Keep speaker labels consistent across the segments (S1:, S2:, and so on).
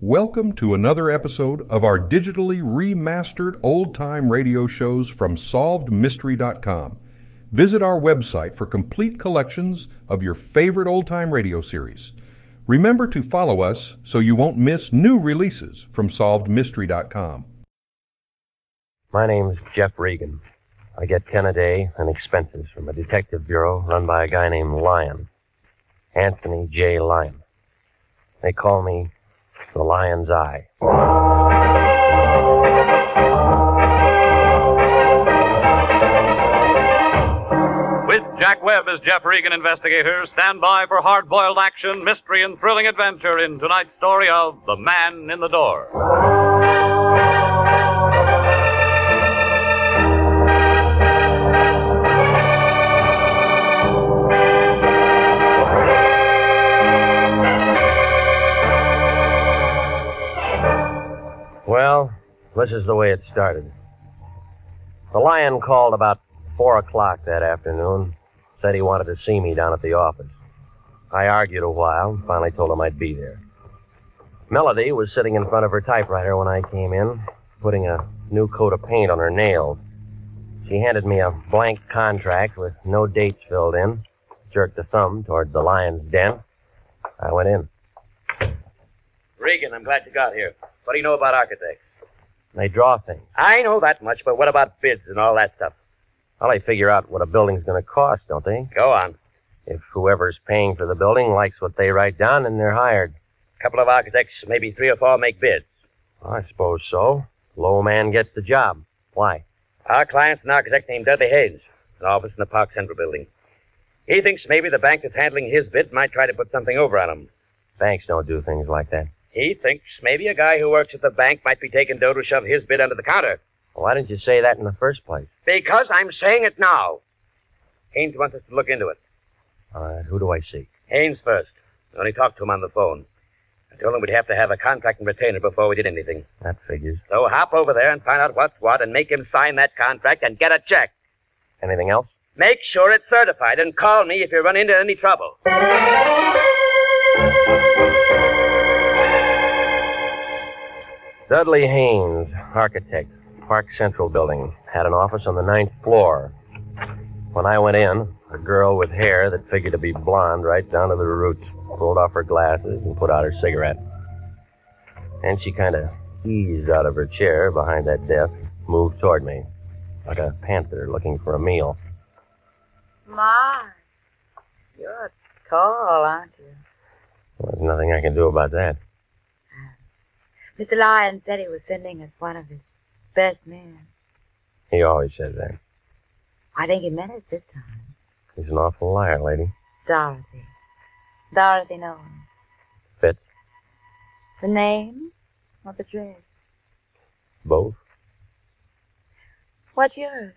S1: Welcome to another episode of our digitally remastered old time radio shows from SolvedMystery.com. Visit our website for complete collections of your favorite old time radio series. Remember to follow us so you won't miss new releases from SolvedMystery.com.
S2: My name's Jeff Regan. I get 10 a day and expenses from a detective bureau run by a guy named Lyon. Anthony J. Lyon. They call me the Lion's Eye.
S3: With Jack Webb as Jeff Regan investigator, stand by for hard boiled action, mystery, and thrilling adventure in tonight's story of The Man in the Door.
S2: Well, this is the way it started. The lion called about four o'clock that afternoon, said he wanted to see me down at the office. I argued a while, finally told him I'd be there. Melody was sitting in front of her typewriter when I came in, putting a new coat of paint on her nails. She handed me a blank contract with no dates filled in, jerked a thumb toward the lion's den. I went in.
S4: Regan, I'm glad you got here. What do you know about architects?
S2: They draw things.
S4: I know that much, but what about bids and all that stuff?
S2: Well, they figure out what a building's going to cost, don't they?
S4: Go on.
S2: If whoever's paying for the building likes what they write down, then they're hired.
S4: A couple of architects, maybe three or four, make bids.
S2: I suppose so. Low man gets the job. Why?
S4: Our client's an architect named Dudley Hayes, an office in the Park Central building. He thinks maybe the bank that's handling his bid might try to put something over on him.
S2: Banks don't do things like that.
S4: He thinks maybe a guy who works at the bank might be taken dough to shove his bid under the counter.
S2: Why didn't you say that in the first place?
S4: Because I'm saying it now. Haynes wants us to look into it.
S2: All right, who do I see?
S4: Haynes first. I only talked to him on the phone. I told him we'd have to have a contract and retainer before we did anything.
S2: That figures.
S4: So hop over there and find out what's what and make him sign that contract and get a check.
S2: Anything else?
S4: Make sure it's certified and call me if you run into any trouble.
S2: Dudley Haynes, architect, Park Central building, had an office on the ninth floor. When I went in, a girl with hair that figured to be blonde right down to the roots pulled off her glasses and put out her cigarette. And she kind of eased out of her chair behind that desk, moved toward me, like a panther looking for a meal.
S5: My, you're tall, aren't you?
S2: There's nothing I can do about that.
S5: Mr. Lyon said he was sending us one of his best men.
S2: He always says that.
S5: I think he meant it this time.
S2: He's an awful liar, lady.
S5: Dorothy. Dorothy Nolan.
S2: Fits
S5: The name or the dress?
S2: both.
S5: What's yours?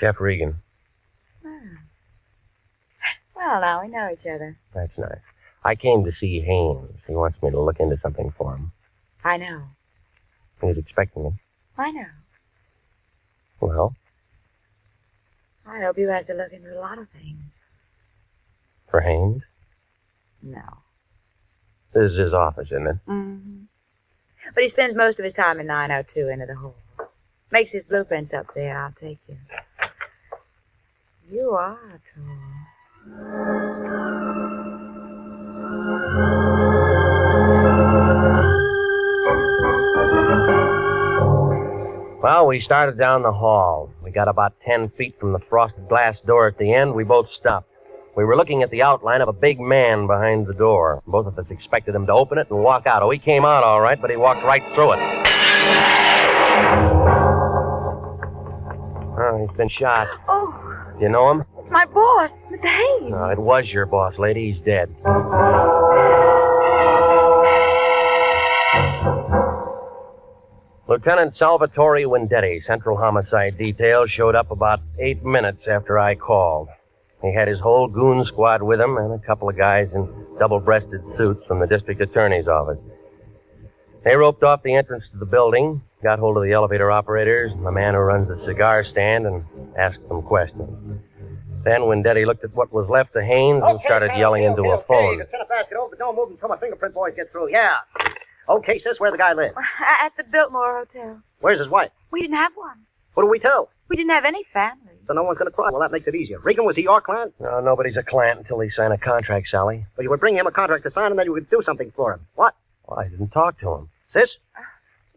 S2: Jeff Regan.
S5: Hmm. Well, now we know each other.
S2: That's nice. I came to see Haynes. He wants me to look into something for him.
S5: I know.
S2: He's expecting me.
S5: I know.
S2: Well,
S5: I hope you have to look into a lot of things.
S2: for Haynes.
S5: No.
S2: This is his office, isn't it?
S5: hmm But he spends most of his time in 902 into the hall. Makes his blueprints up there. I'll take you. You are tall.
S2: Well, we started down the hall. We got about ten feet from the frosted glass door at the end. We both stopped. We were looking at the outline of a big man behind the door. Both of us expected him to open it and walk out. Oh, he came out all right, but he walked right through it. Oh, he's been shot.
S5: Oh,
S2: Do you know him?
S5: it's my boss, Mr. Hayes.
S2: No, it was your boss, lady. He's dead. Lieutenant Salvatore Wendetti, Central Homicide Detail, showed up about eight minutes after I called. He had his whole goon squad with him and a couple of guys in double breasted suits from the district attorney's office. They roped off the entrance to the building, got hold of the elevator operators and the man who runs the cigar stand, and asked them questions. Then, when Daddy looked at what was left of Haynes and started yelling into a phone.
S4: turn a basket over, but don't move until my fingerprint boys get through. Yeah.
S6: Okay, sis, where the guy live?
S5: Uh, At the Biltmore Hotel.
S6: Where's his wife?
S5: We didn't have one.
S6: What do we tell?
S5: We didn't have any family.
S6: So no one's going to cry. Well, that makes it easier. Regan, was he your client?
S2: No, nobody's a client until they sign a contract, Sally.
S6: Well, you would bring him a contract to sign, and then you would do something for him. What?
S2: Well, I didn't talk to him.
S6: Sis?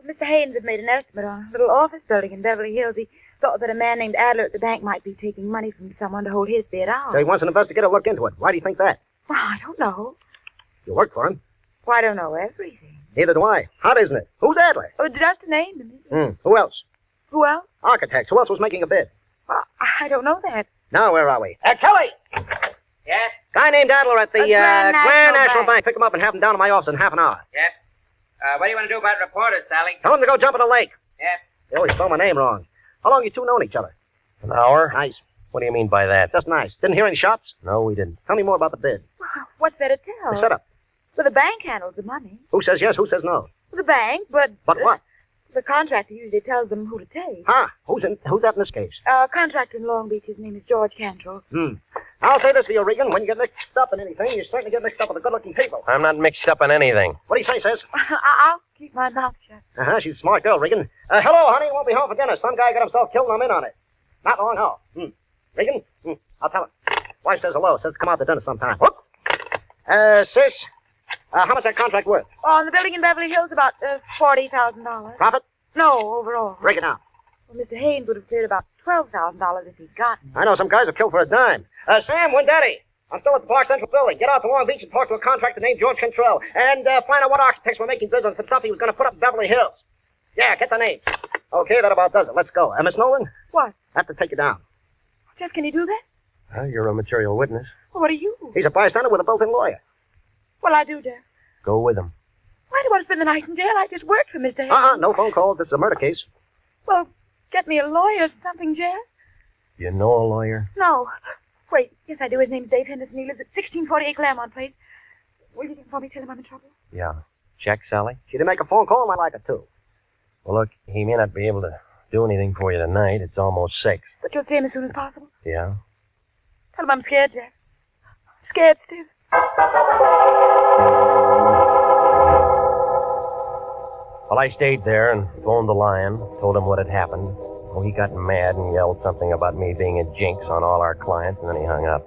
S5: Mr. Haynes had made an estimate on a little office building in Beverly Hills. He thought that a man named Adler at the bank might be taking money from someone to hold his bid out.
S6: So he wants an investigator to look into it. Why do you think that?
S5: Well, I don't know.
S6: You worked for him.
S5: Well, I don't know everything.
S6: Neither do I. Hot, isn't it? Who's Adler?
S5: Oh, just a name. isn't it?
S6: Hmm. Who else?
S5: Who else?
S6: Architects. Who else was making a bid?
S5: Well, I don't know that.
S6: Now, where are we? Uh, Kelly!
S4: Yes?
S6: Guy named Adler at the
S5: Uh, Grand
S6: uh,
S5: National
S6: Grand National
S5: Bank.
S6: Bank. Pick him up and have him down to my office in half an hour.
S4: Yes? Uh, what do you want to do about reporters, Sally?
S6: Tell him to go jump in the lake.
S4: Yes?
S6: They always spell my name wrong. How long you two known each other?
S2: An hour?
S6: Nice.
S2: What do you mean by that?
S6: Just nice. Didn't hear any shots?
S2: No, we didn't.
S6: Tell me more about the bid.
S5: Well, what's there to tell?
S6: The setup.
S5: Well, the bank handles the money.
S6: Who says yes? Who says no?
S5: The bank, but.
S6: But what?
S5: The contractor usually tells them who to take.
S6: Huh? Who's in? Who's that in this case?
S5: Uh, contractor in Long Beach, his name is George Cantrell.
S6: Hmm. I'll say this for you, Regan. When you get mixed up in anything, you certainly get mixed up with the good-looking people.
S2: I'm not mixed up in anything.
S6: What do you say, sis?
S5: I- I'll keep my mouth shut.
S6: Uh huh. She's a smart girl, Regan. Uh, hello, honey. Won't be home for dinner. Some guy got himself killed, and I'm in on it. Not long now. Hmm. Regan. Hmm. I'll tell her. Wife says hello. Says come out to dinner sometime. Whoop. Uh, sis. Uh, how much that contract worth?
S5: On the building in Beverly Hills, about uh, $40,000.
S6: Profit?
S5: No, overall.
S6: Break it down.
S5: Well, Mr. Haynes would have cleared about $12,000 if he'd gotten it.
S6: I know some guys have killed for a dime. Uh, Sam, when daddy? I'm still at the Park Central building. Get out to Long Beach and talk to a contractor named George Cantrell. And uh, find out what architects were making bids on some stuff he was going to put up in Beverly Hills. Yeah, get the name. Okay, that about does it. Let's go. Uh, Miss Nolan,
S5: What?
S6: I have to take you down.
S5: Jeff, can you do that?
S2: Well, you're a material witness.
S5: Well, what are you?
S6: He's a bystander with a built-in lawyer.
S5: Well, I do, Jeff.
S2: Go with him.
S5: Why do I want to spend the night in jail? I just worked for Mr. Haynes.
S6: Uh-uh, no phone calls. This is a murder case.
S5: Well, get me a lawyer or something, Jeff.
S2: You know a lawyer?
S5: No. Wait, yes, I do. His name's Dave Henderson. He lives at 1648 Claremont Place. Will you get him for me? Tell him I'm in trouble.
S2: Yeah. Check, Sally?
S6: She didn't make a phone call, and I like it, too.
S2: Well, look, he may not be able to do anything for you tonight. It's almost six.
S5: But you'll see him as soon as possible.
S2: Yeah?
S5: Tell him I'm scared, Jeff. Scared, Steve.
S2: Well, I stayed there and phoned the lion, told him what had happened. Oh, he got mad and yelled something about me being a jinx on all our clients, and then he hung up.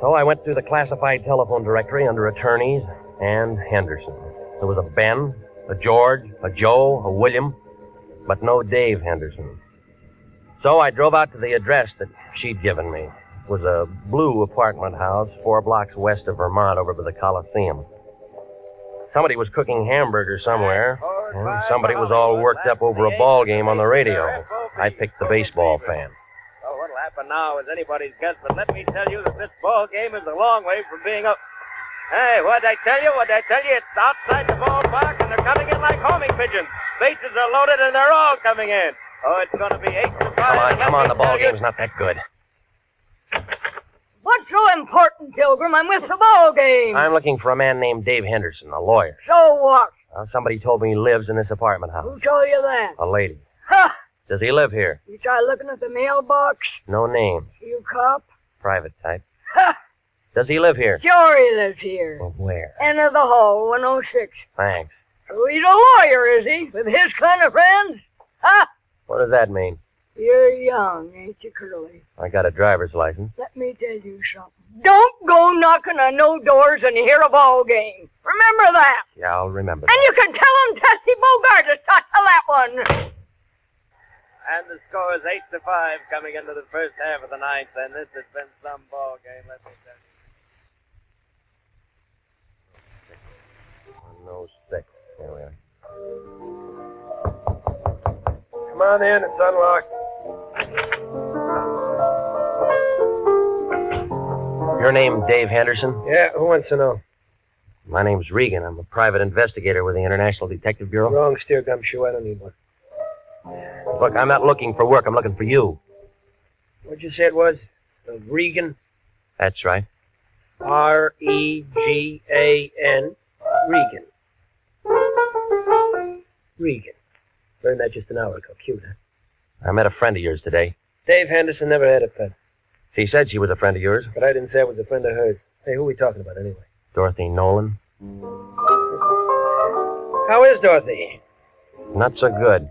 S2: So I went through the classified telephone directory under attorneys and Henderson. There was a Ben, a George, a Joe, a William, but no Dave Henderson. So I drove out to the address that she'd given me. It was a blue apartment house four blocks west of Vermont over by the Coliseum. Somebody was cooking hamburgers somewhere, and somebody was all worked up over a ball game on the radio. I picked the baseball fan.
S7: Well, Oh, what'll happen now is anybody's guess, but let me tell you that this ball game is a long way from being up. Hey, what'd I tell you? What'd I tell you? It's outside the ballpark, and they're coming in like homing pigeons. Bases are loaded, and they're all coming in. Oh, it's going to be eight to
S2: Come
S7: five.
S2: on, come on, the ball game's
S7: game's
S2: not that good.
S8: What's so important, Pilgrim? I'm with the ball game.
S2: I'm looking for a man named Dave Henderson, a lawyer.
S8: So what?
S2: Uh, somebody told me he lives in this apartment house.
S8: Who told you that?
S2: A lady.
S8: Ha!
S2: Does he live here?
S8: You try looking at the mailbox,
S2: No name.
S8: you cop?
S2: Private type.
S8: Ha!
S2: Does he live here?
S8: Sure he lives here.
S2: Well, where?
S8: End of the hall, 106.
S2: Thanks.
S8: So Oh, he's a lawyer, is he? With his kind of friends? Ha!
S2: What does that mean?
S8: You're young, ain't you, Curly?
S2: I got a driver's license.
S8: Let me tell you something. Don't go knocking on no doors and hear a ball game. Remember that.
S2: Yeah, I'll remember.
S8: And
S2: That.
S8: you can tell him Tessie Bogart to stop to that one.
S7: And the score is eight to five coming into the first half of the ninth, and this has been some ball game, let me tell you.
S2: No stick. There we are.
S7: Come on in, it's unlocked.
S2: Your name Dave Henderson?
S7: Yeah, who wants to know?
S2: My name's Regan. I'm a private investigator with the International Detective Bureau.
S7: Wrong steer, Gumshoe. I don't need one.
S2: Look, I'm not looking for work. I'm looking for you.
S7: What'd you say it was? Regan?
S2: That's right.
S7: R E G A N. Regan. Regan. Learned that just an hour ago. Cute, huh?
S2: I met a friend of yours today.
S7: Dave Henderson never had a pet,
S2: She said she was a friend of yours,
S7: but I didn't say I was a friend of hers. Hey, who are we talking about anyway?
S2: Dorothy Nolan.
S7: How is Dorothy?
S2: Not so good.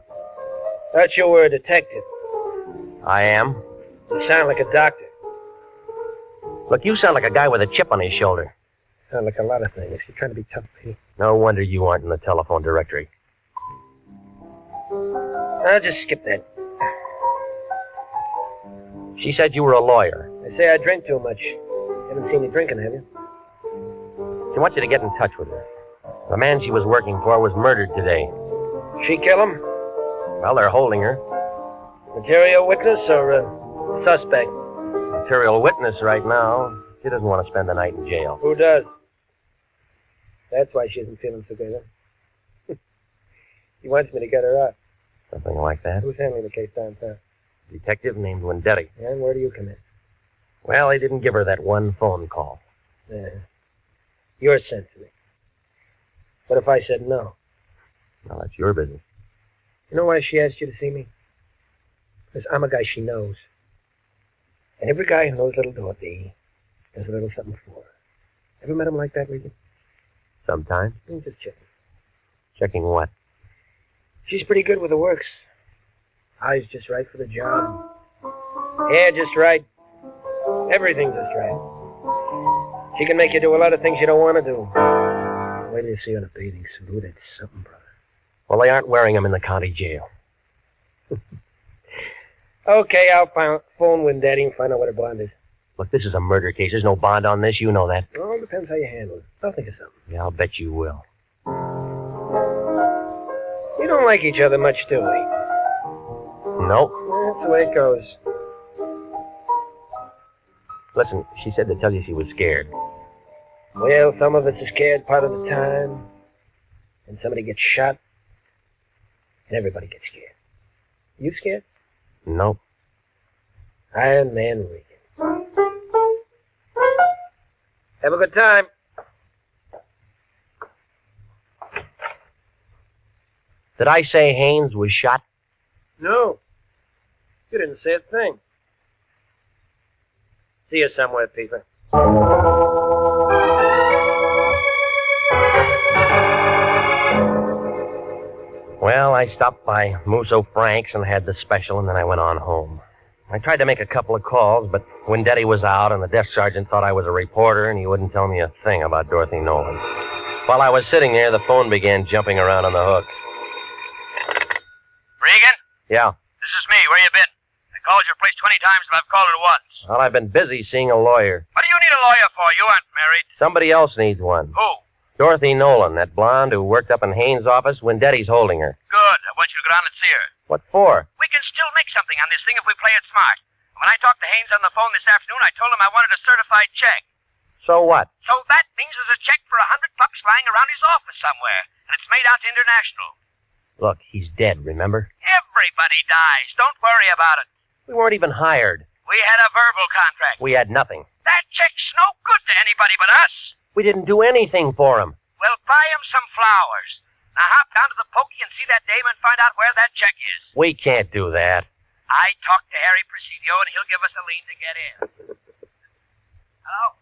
S7: Thought you were a detective.
S2: I am.
S7: You sound like a doctor.
S2: Look, you sound like a guy with a chip on his shoulder.
S7: Sound like a lot of things. You're trying to be tough, Pete.
S2: No wonder you aren't in the telephone directory.
S7: I'll just skip that.
S2: She said you were a lawyer.
S7: They say I drink too much. Haven't seen you drinking, have you?
S2: She wants you to get in touch with her. The man she was working for was murdered today.
S7: She kill him?
S2: Well, they're holding her.
S7: Material witness or uh, suspect?
S2: Material witness right now. She doesn't want to spend the night in jail.
S7: Who does? That's why she isn't feeling so good, huh? he wants me to get her out.
S2: Something like that.
S7: Who's handling the case downtown?
S2: Detective named Wendetti.
S7: And where do you come in?
S2: Well, he didn't give her that one phone call.
S7: Yeah. You're sensitive. What if I said no?
S2: Well, that's your business.
S7: You know why she asked you to see me? Because I'm a guy she knows. And every guy who knows little Dorothy does a little something for her. Ever met him like that, Regan?
S2: Sometimes.
S7: I'm just checking.
S2: Checking what?
S7: She's pretty good with the works. Eyes just right for the job. Hair just right. Everything just right. She can make you do a lot of things you don't want to do. Wait till you see her in a bathing suit. Ooh, that's something, brother.
S2: Well, they aren't wearing them in the county jail.
S7: okay, I'll find, phone when Daddy and find out what her bond is.
S2: Look, this is a murder case. There's no bond on this. You know that.
S7: Well, it depends how you handle it. I'll think of something.
S2: Yeah, I'll bet you will.
S7: We don't like each other much, do we?
S2: Nope.
S7: That's the way it goes.
S2: Listen, she said to tell you she was scared.
S7: Well, some of us are scared part of the time. And somebody gets shot. And everybody gets scared. You scared?
S2: Nope.
S7: Iron Man Regan. Have a good time.
S2: Did I say Haynes was shot?
S7: No. You didn't say a thing. See you somewhere, Peter.
S2: Well, I stopped by Muso Frank's and had the special, and then I went on home. I tried to make a couple of calls, but Wendetti was out, and the desk sergeant thought I was a reporter, and he wouldn't tell me a thing about Dorothy Nolan. While I was sitting there, the phone began jumping around on the hook.
S9: Regan?
S2: Yeah.
S9: This is me. Where you been? I called your place 20 times, but I've called it once.
S2: Well, I've been busy seeing a lawyer.
S9: What do you need a lawyer for? You aren't married.
S2: Somebody else needs one.
S9: Who?
S2: Dorothy Nolan, that blonde who worked up in Haynes' office. Wendetti's holding her.
S9: Good. I want you to go down and see her.
S2: What for?
S9: We can still make something on this thing if we play it smart. When I talked to Haynes on the phone this afternoon, I told him I wanted a certified check.
S2: So what?
S9: So that means there's a check for a hundred bucks lying around his office somewhere, and it's made out to International.
S2: Look, he's dead, remember?
S9: Everybody dies. Don't worry about it.
S2: We weren't even hired.
S9: We had a verbal contract.
S2: We had nothing.
S9: That check's no good to anybody but us.
S2: We didn't do anything for him.
S9: Well, buy him some flowers. Now hop down to the pokey and see that dame and find out where that check is.
S2: We can't do that.
S9: I talked to Harry Presidio, and he'll give us a lean to get in. Hello?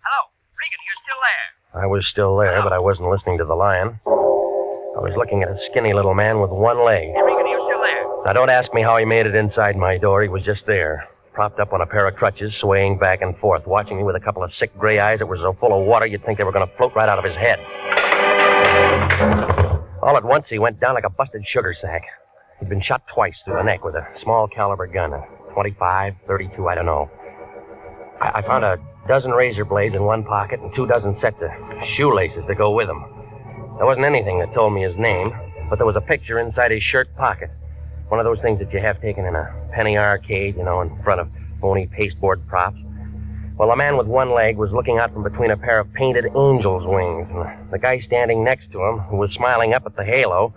S9: Hello? Regan, you're still there.
S2: I was still there, but I wasn't listening to the lion. I was looking at a skinny little man with one leg.
S9: Hey, Regan, you're still there.
S2: Now, don't ask me how he made it inside my door. He was just there, propped up on a pair of crutches, swaying back and forth, watching me with a couple of sick gray eyes that were so full of water you'd think they were going to float right out of his head. All at once, he went down like a busted sugar sack. He'd been shot twice through the neck with a small caliber gun, a 25, 32, I don't know. I, I found a dozen razor blades in one pocket and two dozen sets of shoelaces to go with them. There wasn't anything that told me his name, but there was a picture inside his shirt pocket. One of those things that you have taken in a penny arcade, you know, in front of phony pasteboard props. Well, a man with one leg was looking out from between a pair of painted angel's wings, and the guy standing next to him, who was smiling up at the halo,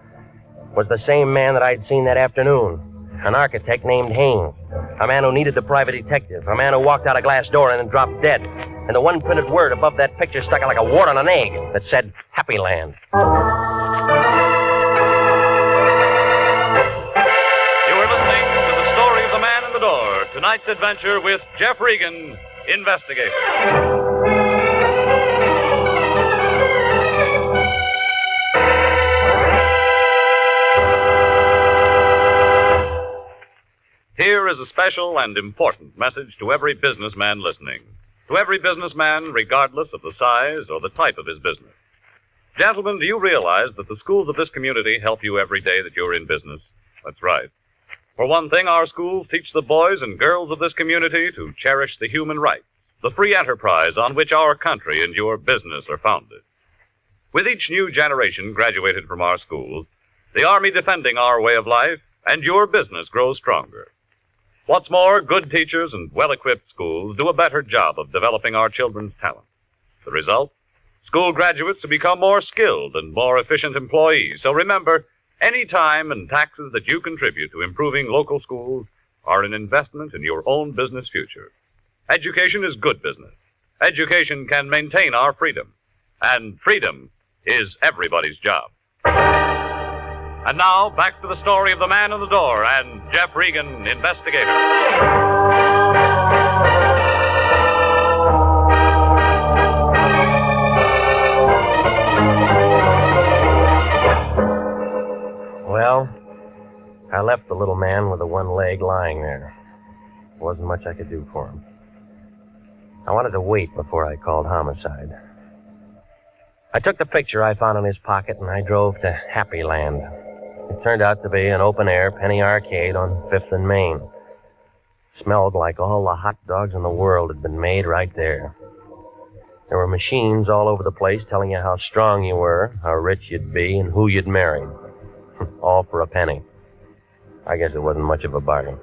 S2: was the same man that I'd seen that afternoon. An architect named Haynes. A man who needed the private detective. A man who walked out a glass door and then dropped dead. And the one printed word above that picture stuck out like a wart on an egg that said, Happy Land.
S3: You are listening to the story of the man in the door. Tonight's adventure with Jeff Regan, investigator. is a special and important message to every businessman listening. To every businessman, regardless of the size or the type of his business. Gentlemen, do you realize that the schools of this community help you every day that you're in business? That's right. For one thing, our schools teach the boys and girls of this community to cherish the human rights, the free enterprise on which our country and your business are founded. With each new generation graduated from our schools, the Army defending our way of life and your business grows stronger. What's more, good teachers and well equipped schools do a better job of developing our children's talents. The result? School graduates who become more skilled and more efficient employees. So remember, any time and taxes that you contribute to improving local schools are an investment in your own business future. Education is good business. Education can maintain our freedom. And freedom is everybody's job. And now, back to the story of the man in the door and Jeff Regan, investigator.
S2: Well, I left the little man with the one leg lying there. There wasn't much I could do for him. I wanted to wait before I called homicide. I took the picture I found in his pocket and I drove to Happy Land. It turned out to be an open air penny arcade on Fifth and Main. Smelled like all the hot dogs in the world had been made right there. There were machines all over the place telling you how strong you were, how rich you'd be, and who you'd marry. all for a penny. I guess it wasn't much of a bargain.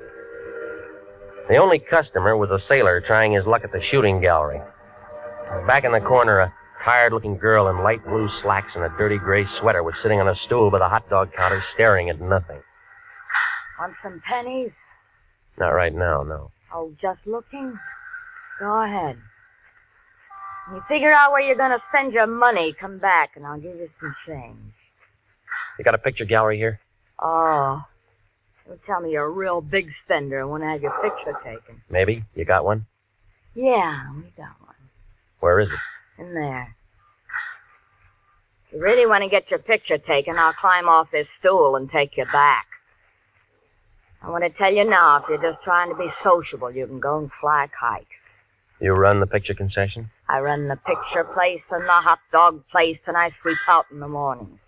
S2: The only customer was a sailor trying his luck at the shooting gallery. Back in the corner, a tired looking girl in light blue slacks and a dirty gray sweater was sitting on a stool by the hot dog counter staring at nothing.
S10: Want some pennies?
S2: Not right now, no.
S10: Oh, just looking? Go ahead. When You figure out where you're going to spend your money, come back and I'll give you some change.
S2: You got a picture gallery here?
S10: Oh, you tell me you're a real big spender and want to have your picture taken.
S2: Maybe? You got one?
S10: Yeah, we got
S2: Where is it?
S10: one in there. If you really want to get your picture taken, I'll climb off this stool and take you back. I want to tell you now, if you're just trying to be sociable, you can go and fly a kite.
S2: You run the picture concession?
S10: I run the picture place and the hot dog place, and I sweep out in the morning.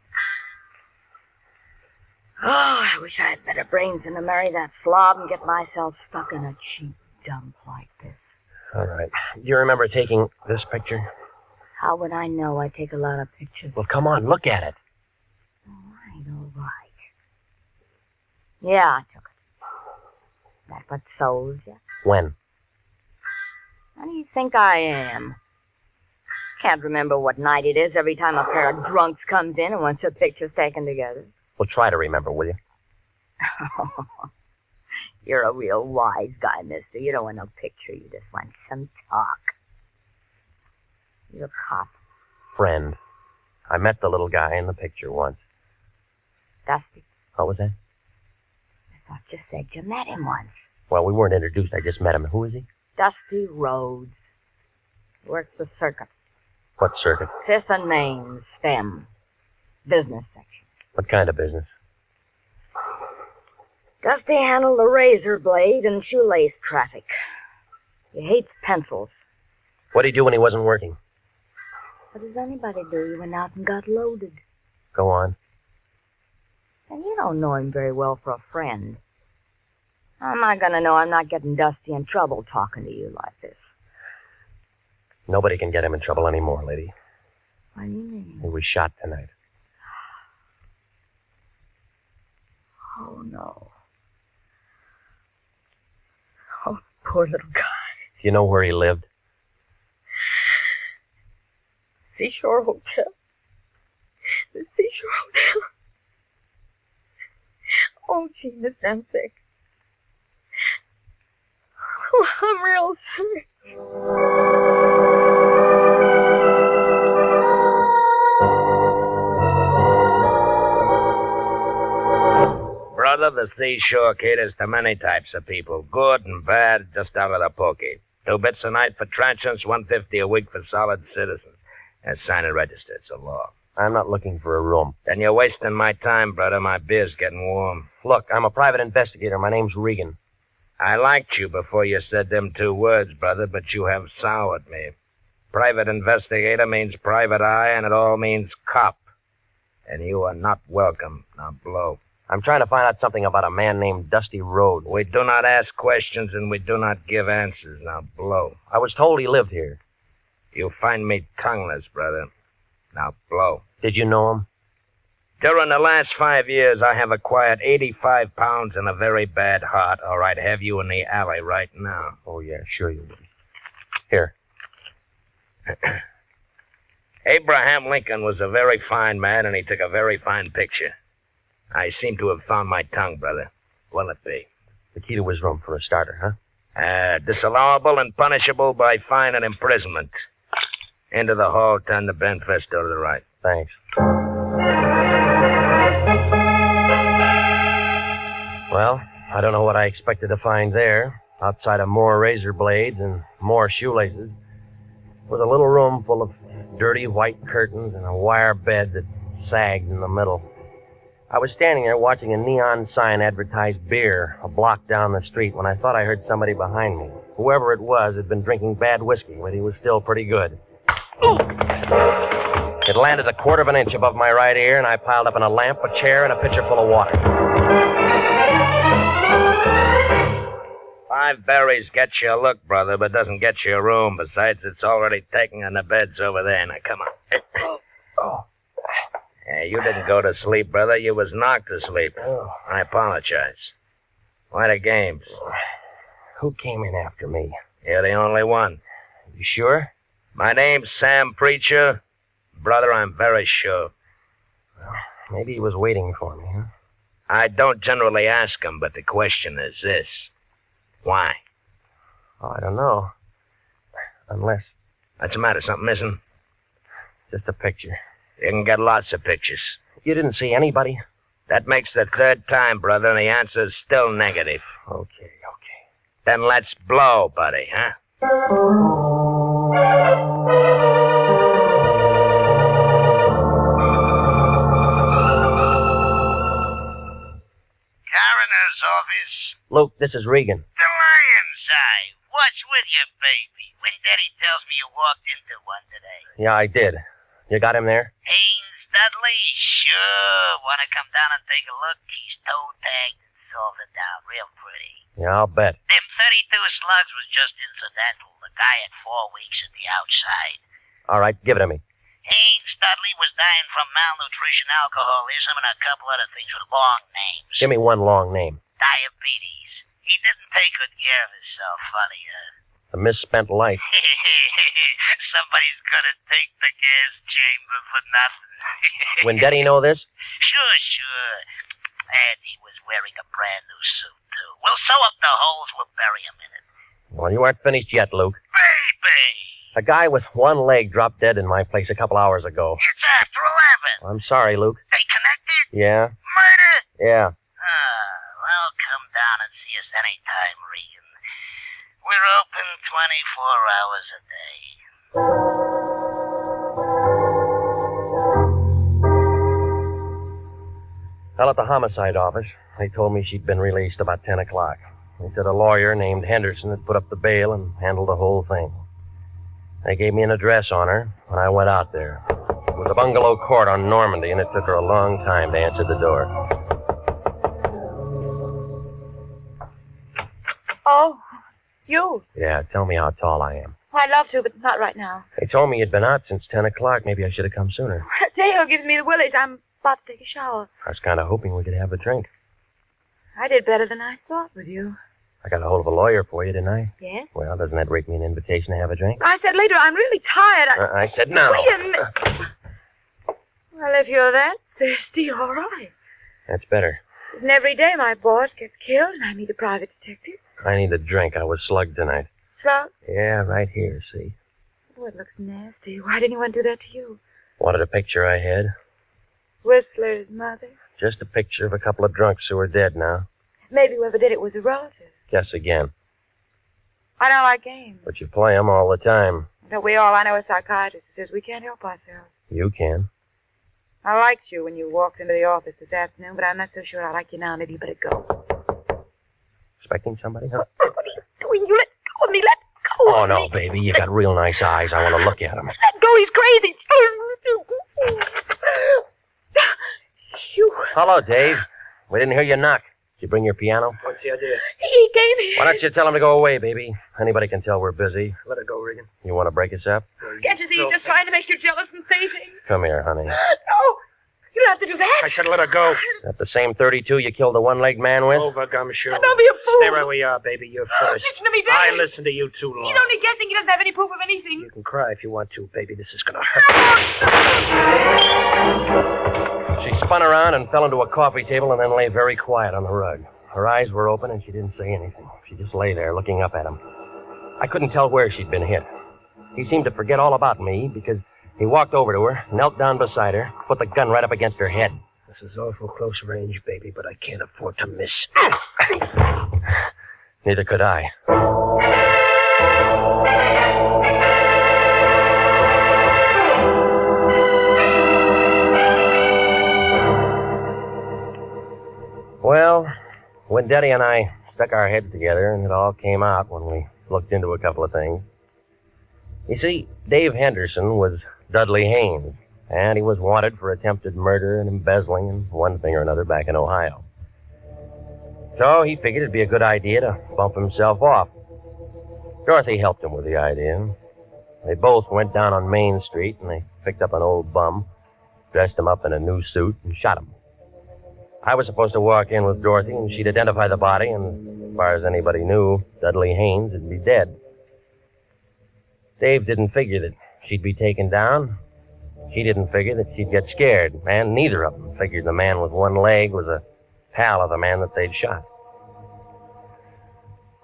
S10: Oh, I wish I had better brains than to marry that slob and get myself stuck in a cheap dump like this.
S2: All right. Do you remember taking this picture?
S10: How would I know I take a lot of Oh, pictures?
S2: Well, come on, look at it.
S10: Yeah, I took it. That what sold you?
S2: When?
S10: How do you think I am? Can't remember what night it is every time a pair of drunks comes in and wants their pictures taken together.
S2: Well, try to remember, will you?
S10: You're a real wise guy, mister. You don't want no picture. You just want some talk. You're a cop.
S2: Friend. I met the little guy in the picture once.
S10: Dusty,
S2: What was that?
S10: I thought you said you met him once.
S2: Well, we weren't introduced. I just met him. Who is he?
S10: Dusty Rhodes. Works the circuit.
S2: What circuit?
S10: Fifth and Main, STEM. Business section.
S2: What kind of business?
S10: Dusty handled the razor blade and shoelace traffic. He hates pencils.
S2: What did he do when he wasn't working?
S10: What does anybody do? You went out and got loaded.
S2: Go on.
S10: And you don't know him very well for a friend. How am I going to know I'm not getting Dusty in trouble talking to you like this?
S2: Nobody can get him in trouble anymore, lady.
S10: What do you mean?
S2: He was shot tonight.
S10: Oh, no. Oh, poor little guy.
S2: Do you know where he lived?
S10: Seashore Hotel. The Seashore Hotel. Oh, gee, Miss Emsick. Oh, I'm real sorry.
S11: Brother, the seashore caters to many types of people, good and bad, just out of the pokey. Two bits a night for transients, one fifty a week for solid citizens. That's sign and register. It's a law.
S2: I'm not looking for a room.
S11: Then you're wasting my time, brother. My beer's getting warm.
S2: Look, I'm a private investigator. My name's Regan.
S11: I liked you before you said them two words, brother, but you have soured me. Private investigator means private eye, and it all means cop. And you are not welcome. Now blow.
S2: I'm trying to find out something about a man named Dusty Road.
S11: We do not ask questions and we do not give answers. Now blow.
S2: I was told he lived here.
S11: You find me tongueless, brother. Now blow.
S2: Did you know him?
S11: During the last five years, I have acquired 85 pounds and a very bad heart, or I'd have you in the alley right now.
S2: Oh, yeah, sure you would. Here.
S11: Abraham Lincoln was a very fine man, and he took a very fine picture. I seem to have found my tongue, brother. Will it be?
S2: The key to his room for a starter, huh?
S11: Uh, disallowable and punishable by fine and imprisonment. Into the hall, turn the Ben Festo to the right.
S2: Thanks. Well, I don't know what I expected to find there, outside of more razor blades and more shoelaces. It was a little room full of dirty white curtains and a wire bed that sagged in the middle. I was standing there watching a neon sign advertise beer a block down the street when I thought I heard somebody behind me. Whoever it was had been drinking bad whiskey, but he was still pretty good. Ooh. It landed a quarter of an inch above my right ear, and I piled up in a lamp, a chair, and a pitcher full of water.
S11: Five berries gets you a look, brother, but doesn't get you a room. Besides, it's already taken and the bed's over there. Now, come on. oh. Yeah, you didn't go to sleep, brother. You was knocked to sleep. Oh. I apologize. Why the games?
S2: Who came in after me?
S11: You're the only one.
S2: You sure?
S11: My name's Sam Preacher. Brother, I'm very sure.
S2: Well, maybe he was waiting for me, huh?
S11: I don't generally ask him, but the question is this. Why?
S2: Oh, I don't know. Unless.
S11: What's the matter? Something missing?
S2: Just a picture.
S11: You can get lots of pictures.
S2: You didn't see anybody?
S11: That makes the third time, brother, and the answer's still negative.
S2: Okay, okay.
S11: Then let's blow, buddy, huh?
S9: Coroner's office.
S2: Luke, this is Regan.
S9: Say, what's with you, baby? When Daddy tells me you walked into one today.
S2: Yeah, I did. You got him there?
S9: Haynes Dudley? Sure. Want to come down and take a look? He's toe tagged and solved it down real pretty.
S2: Yeah, I'll bet.
S9: Them 32 slugs was just incidental. The guy had four weeks at the outside.
S2: All right, give it to me.
S9: Haynes Dudley was dying from malnutrition, alcoholism, and a couple other things with long names.
S2: Give me one long name.
S9: Diabetes. He didn't take good care of himself, funny, huh?
S2: A misspent life.
S9: Somebody's gonna take the gas chamber for nothing.
S2: when Daddy know this?
S9: Sure, sure. And he was wearing a brand new suit, too. We'll sew up the holes, we'll bury him in it.
S2: Well, you aren't finished yet, Luke.
S9: Baby!
S2: A guy with one leg dropped dead in my place a couple hours ago.
S9: It's after 11.
S2: Oh. I'm sorry, Luke.
S9: They connected?
S2: Yeah.
S9: Murder?
S2: Yeah.
S9: Uh, well, come down and see us any time, Regan. We're open 24 hours a day.
S2: Well, at the homicide office, they told me she'd been released about 10 o'clock. They said a lawyer named Henderson had put up the bail and handled the whole thing. They gave me an address on her when I went out there. It was a bungalow court on Normandy, and it took her a long time to answer the door.
S5: Oh, you?
S2: Yeah, tell me how tall I am.
S5: I'd love to, but not right now.
S2: They told me you'd been out since 10 o'clock. Maybe I should have come sooner.
S5: Dale gives me the willies. I'm about to take a shower.
S2: I was kind of hoping we could have a drink.
S5: I did better than I thought with you.
S2: I got a hold of a lawyer for you, didn't I?
S5: Yes?
S2: Well, doesn't that rate me an invitation to have a drink?
S5: I said later, I'm really tired. I,
S2: uh, I said now.
S5: Wait a minute. well, if you're that thirsty, all right.
S2: That's better.
S5: And every day my boss gets killed, and I meet a private detective.
S2: I need a drink. I was slugged tonight.
S5: Slugged?
S2: Yeah, right here, see?
S5: Oh, it looks nasty. Why did anyone do that to you?
S2: Wanted a picture I had.
S5: Whistler's mother?
S2: Just a picture of a couple of drunks who are dead now.
S5: Maybe whoever did it was a relative.
S2: Guess again.
S5: I don't like games.
S2: But you play 'em all the time.
S5: But we all I know a psychiatrist who says we can't help ourselves.
S2: You can.
S5: I liked you when you walked into the office this afternoon, but I'm not so sure I like you now. Maybe you better go.
S2: Expecting somebody, huh?
S5: Doing, you let go of me. Let go
S2: Oh,
S5: of
S2: no,
S5: me.
S2: baby. You got real nice eyes. I want to look at them.
S5: Let go. He's crazy. You.
S2: Hello, Dave. We didn't hear your knock. Did you bring your piano?
S7: What's the idea?
S5: He gave me.
S2: Why don't you tell him to go away, baby? Anybody can tell we're busy.
S7: Let it go, Regan.
S2: You want to break us up?
S5: Can't you see he's just trying to make you jealous and say things?
S2: Come here, honey.
S5: No. You don't have to do that.
S7: I should have let her go.
S2: Is that the same 32 you killed the one-legged man with?
S7: Over, Gumshoe.
S5: Don't be a fool.
S7: Stay right where you are, baby. You're first.
S5: Listen to me,
S7: I
S5: Daddy.
S7: listened to you too long.
S5: He's only guessing. He doesn't have any proof of anything.
S7: You can cry if you want to, baby. This is gonna hurt.
S2: She spun around and fell into a coffee table and then lay very quiet on the rug. Her eyes were open and she didn't say anything. She just lay there looking up at him. I couldn't tell where she'd been hit. He seemed to forget all about me because he walked over to her, knelt down beside her, put the gun right up against her head.
S7: This is awful close range, baby, but I can't afford to miss.
S2: Neither could I. Well, when Daddy and I stuck our heads together, and it all came out when we looked into a couple of things. You see, Dave Henderson was Dudley Haines, and he was wanted for attempted murder and embezzling and one thing or another back in Ohio. So he figured it'd be a good idea to bump himself off. Dorothy helped him with the idea. They both went down on Main Street and they picked up an old bum, dressed him up in a new suit, and shot him. I was supposed to walk in with Dorothy and she'd identify the body, and as far as anybody knew, Dudley Haines would be dead. Dave didn't figure that she'd be taken down. She didn't figure that she'd get scared, and neither of them figured the man with one leg was a pal of the man that they'd shot.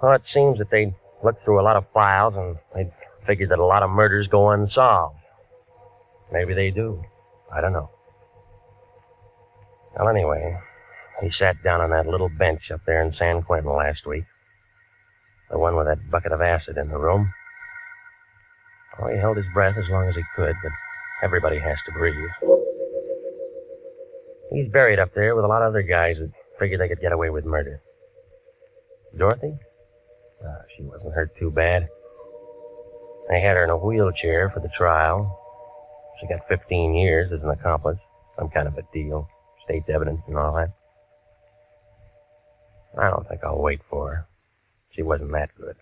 S2: Well, it seems that they'd looked through a lot of files and they'd figured that a lot of murders go unsolved. Maybe they do. I don't know. Well, anyway, he sat down on that little bench up there in San Quentin last week. The one with that bucket of acid in the room. Well, he held his breath as long as he could, but everybody has to breathe. He's buried up there with a lot of other guys that figured they could get away with murder. Dorothy? Ah, she wasn't hurt too bad. They had her in a wheelchair for the trial. She got 15 years as an accomplice, some kind of a deal, state's evidence and all that. I don't think I'll wait for her. She wasn't that good.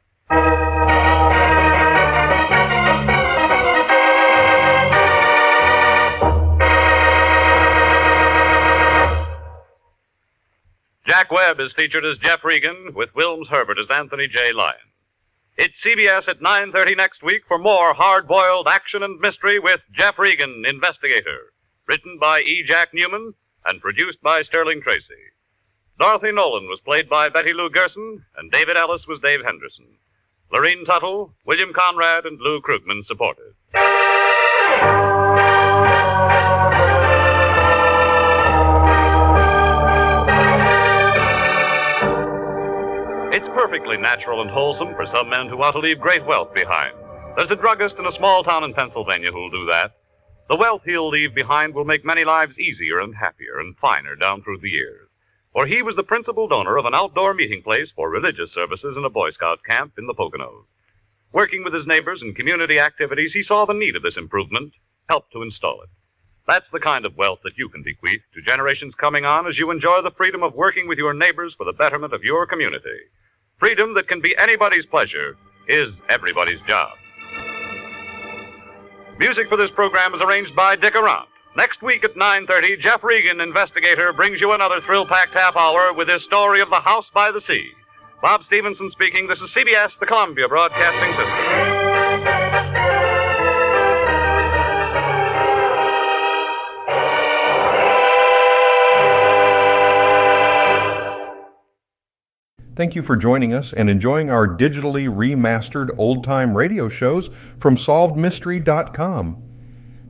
S3: Jack Webb is featured as Jeff Regan with Wilms Herbert as Anthony J. Lyon. It's CBS at 9:30 next week for more hard-boiled action and mystery with Jeff Regan, investigator, written by E. Jack Newman and produced by Sterling Tracy. Dorothy Nolan was played by Betty Lou Gerson and David Ellis was Dave Henderson. Lorene Tuttle, William Conrad, and Lou Krugman supported. It's perfectly natural and wholesome for some men to want to leave great wealth behind. There's a druggist in a small town in Pennsylvania who'll do that. The wealth he'll leave behind will make many lives easier and happier and finer down through the years. For he was the principal donor of an outdoor meeting place for religious services in a Boy Scout camp in the Poconos. Working with his neighbors and community activities, he saw the need of this improvement, helped to install it. That's the kind of wealth that you can bequeath to generations coming on as you enjoy the freedom of working with your neighbors for the betterment of your community. Freedom that can be anybody's pleasure is everybody's job. Music for this program is arranged by Dick Arant. Next week at 9:30, Jeff Regan, investigator, brings you another thrill-packed half hour with his story of the house by the sea. Bob Stevenson speaking. This is CBS, the Columbia Broadcasting System.
S1: Thank you for joining us and enjoying our digitally remastered old time radio shows from SolvedMystery.com.